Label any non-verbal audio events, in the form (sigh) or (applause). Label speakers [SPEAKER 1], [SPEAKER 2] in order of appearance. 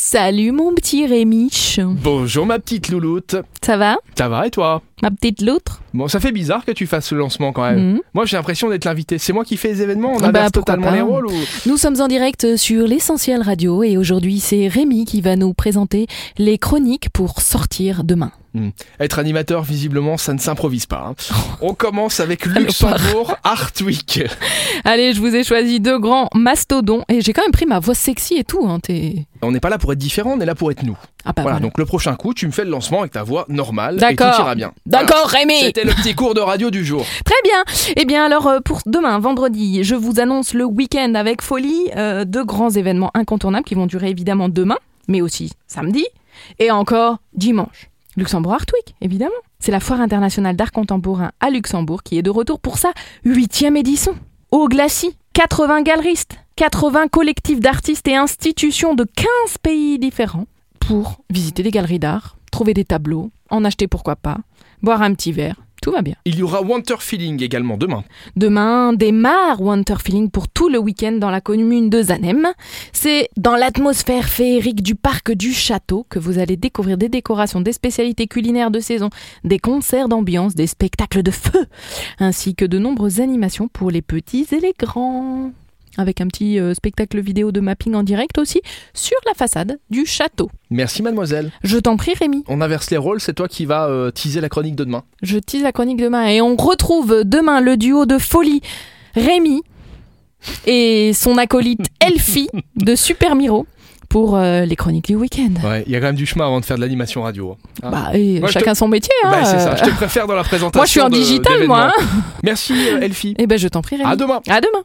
[SPEAKER 1] Salut mon petit Rémiche.
[SPEAKER 2] Bonjour ma petite louloute.
[SPEAKER 1] Ça va
[SPEAKER 2] Ça va et toi
[SPEAKER 1] Ma petite loutre
[SPEAKER 2] Bon, ça fait bizarre que tu fasses le lancement quand même.
[SPEAKER 1] Mhm.
[SPEAKER 2] Moi, j'ai l'impression d'être l'invité. C'est moi qui fais les événements. On
[SPEAKER 1] Ah bah,
[SPEAKER 2] inverse
[SPEAKER 1] pourquoi
[SPEAKER 2] totalement
[SPEAKER 1] pas.
[SPEAKER 2] les rôles. Ou...
[SPEAKER 1] Nous sommes en direct sur l'essentiel radio et aujourd'hui c'est Rémi qui va nous présenter les chroniques pour sortir demain.
[SPEAKER 2] Être animateur, visiblement, ça ne s'improvise pas. hein. On commence (laughs) avec Luxembourg Art Week.
[SPEAKER 1] Allez, je vous ai choisi deux grands mastodons et j'ai quand même pris ma voix sexy et tout. Hein, t'es-
[SPEAKER 2] On n'est pas là pour être différent, on est là pour être nous.
[SPEAKER 1] Ah bah
[SPEAKER 2] voilà,
[SPEAKER 1] voilà.
[SPEAKER 2] donc le prochain coup, tu me fais le lancement avec ta voix normale et tout
[SPEAKER 1] D'accord.
[SPEAKER 2] ira bien. Voilà.
[SPEAKER 1] D'accord Rémi
[SPEAKER 2] C'était le petit cours de radio du jour.
[SPEAKER 1] Très bien. Eh bien alors euh, pour demain, vendredi, je vous annonce le week-end avec folie, euh, deux grands événements incontournables qui vont durer évidemment demain, mais aussi samedi et encore dimanche. Luxembourg Art Week, évidemment. C'est la foire internationale d'art contemporain à Luxembourg qui est de retour pour sa huitième édition. Au Glacis, 80 galeristes, 80 collectifs d'artistes et institutions de 15 pays différents pour visiter des galeries d'art, trouver des tableaux, en acheter pourquoi pas, boire un petit verre. Tout va bien.
[SPEAKER 2] Il y aura Winter Feeling également demain.
[SPEAKER 1] Demain démarre Winter Feeling pour tout le week-end dans la commune de Zanem. C'est dans l'atmosphère féerique du parc du château que vous allez découvrir des décorations, des spécialités culinaires de saison, des concerts d'ambiance, des spectacles de feu, ainsi que de nombreuses animations pour les petits et les grands. Avec un petit euh, spectacle vidéo de mapping en direct aussi sur la façade du château.
[SPEAKER 2] Merci mademoiselle.
[SPEAKER 1] Je t'en prie Rémi.
[SPEAKER 2] On inverse les rôles, c'est toi qui vas euh, teaser la chronique de demain.
[SPEAKER 1] Je tease la chronique demain et on retrouve demain le duo de folie Rémi et son
[SPEAKER 2] (laughs)
[SPEAKER 1] acolyte Elfie de Super Miro pour euh, les chroniques du week-end.
[SPEAKER 2] Ouais, il y a quand même du chemin avant de faire de l'animation radio. hein. Ah.
[SPEAKER 1] Bah, et
[SPEAKER 2] Moi, je
[SPEAKER 1] chacun son métier. hein,
[SPEAKER 2] Bah, c'est ça,
[SPEAKER 1] euh,
[SPEAKER 2] je te préfère dans la présentation.
[SPEAKER 1] Moi, je suis en
[SPEAKER 2] de-
[SPEAKER 1] digital, moi.
[SPEAKER 2] d'événements. Merci, euh, Elfie.
[SPEAKER 1] Eh ben, je t'en prie, Rémi.
[SPEAKER 2] À demain.
[SPEAKER 1] À demain.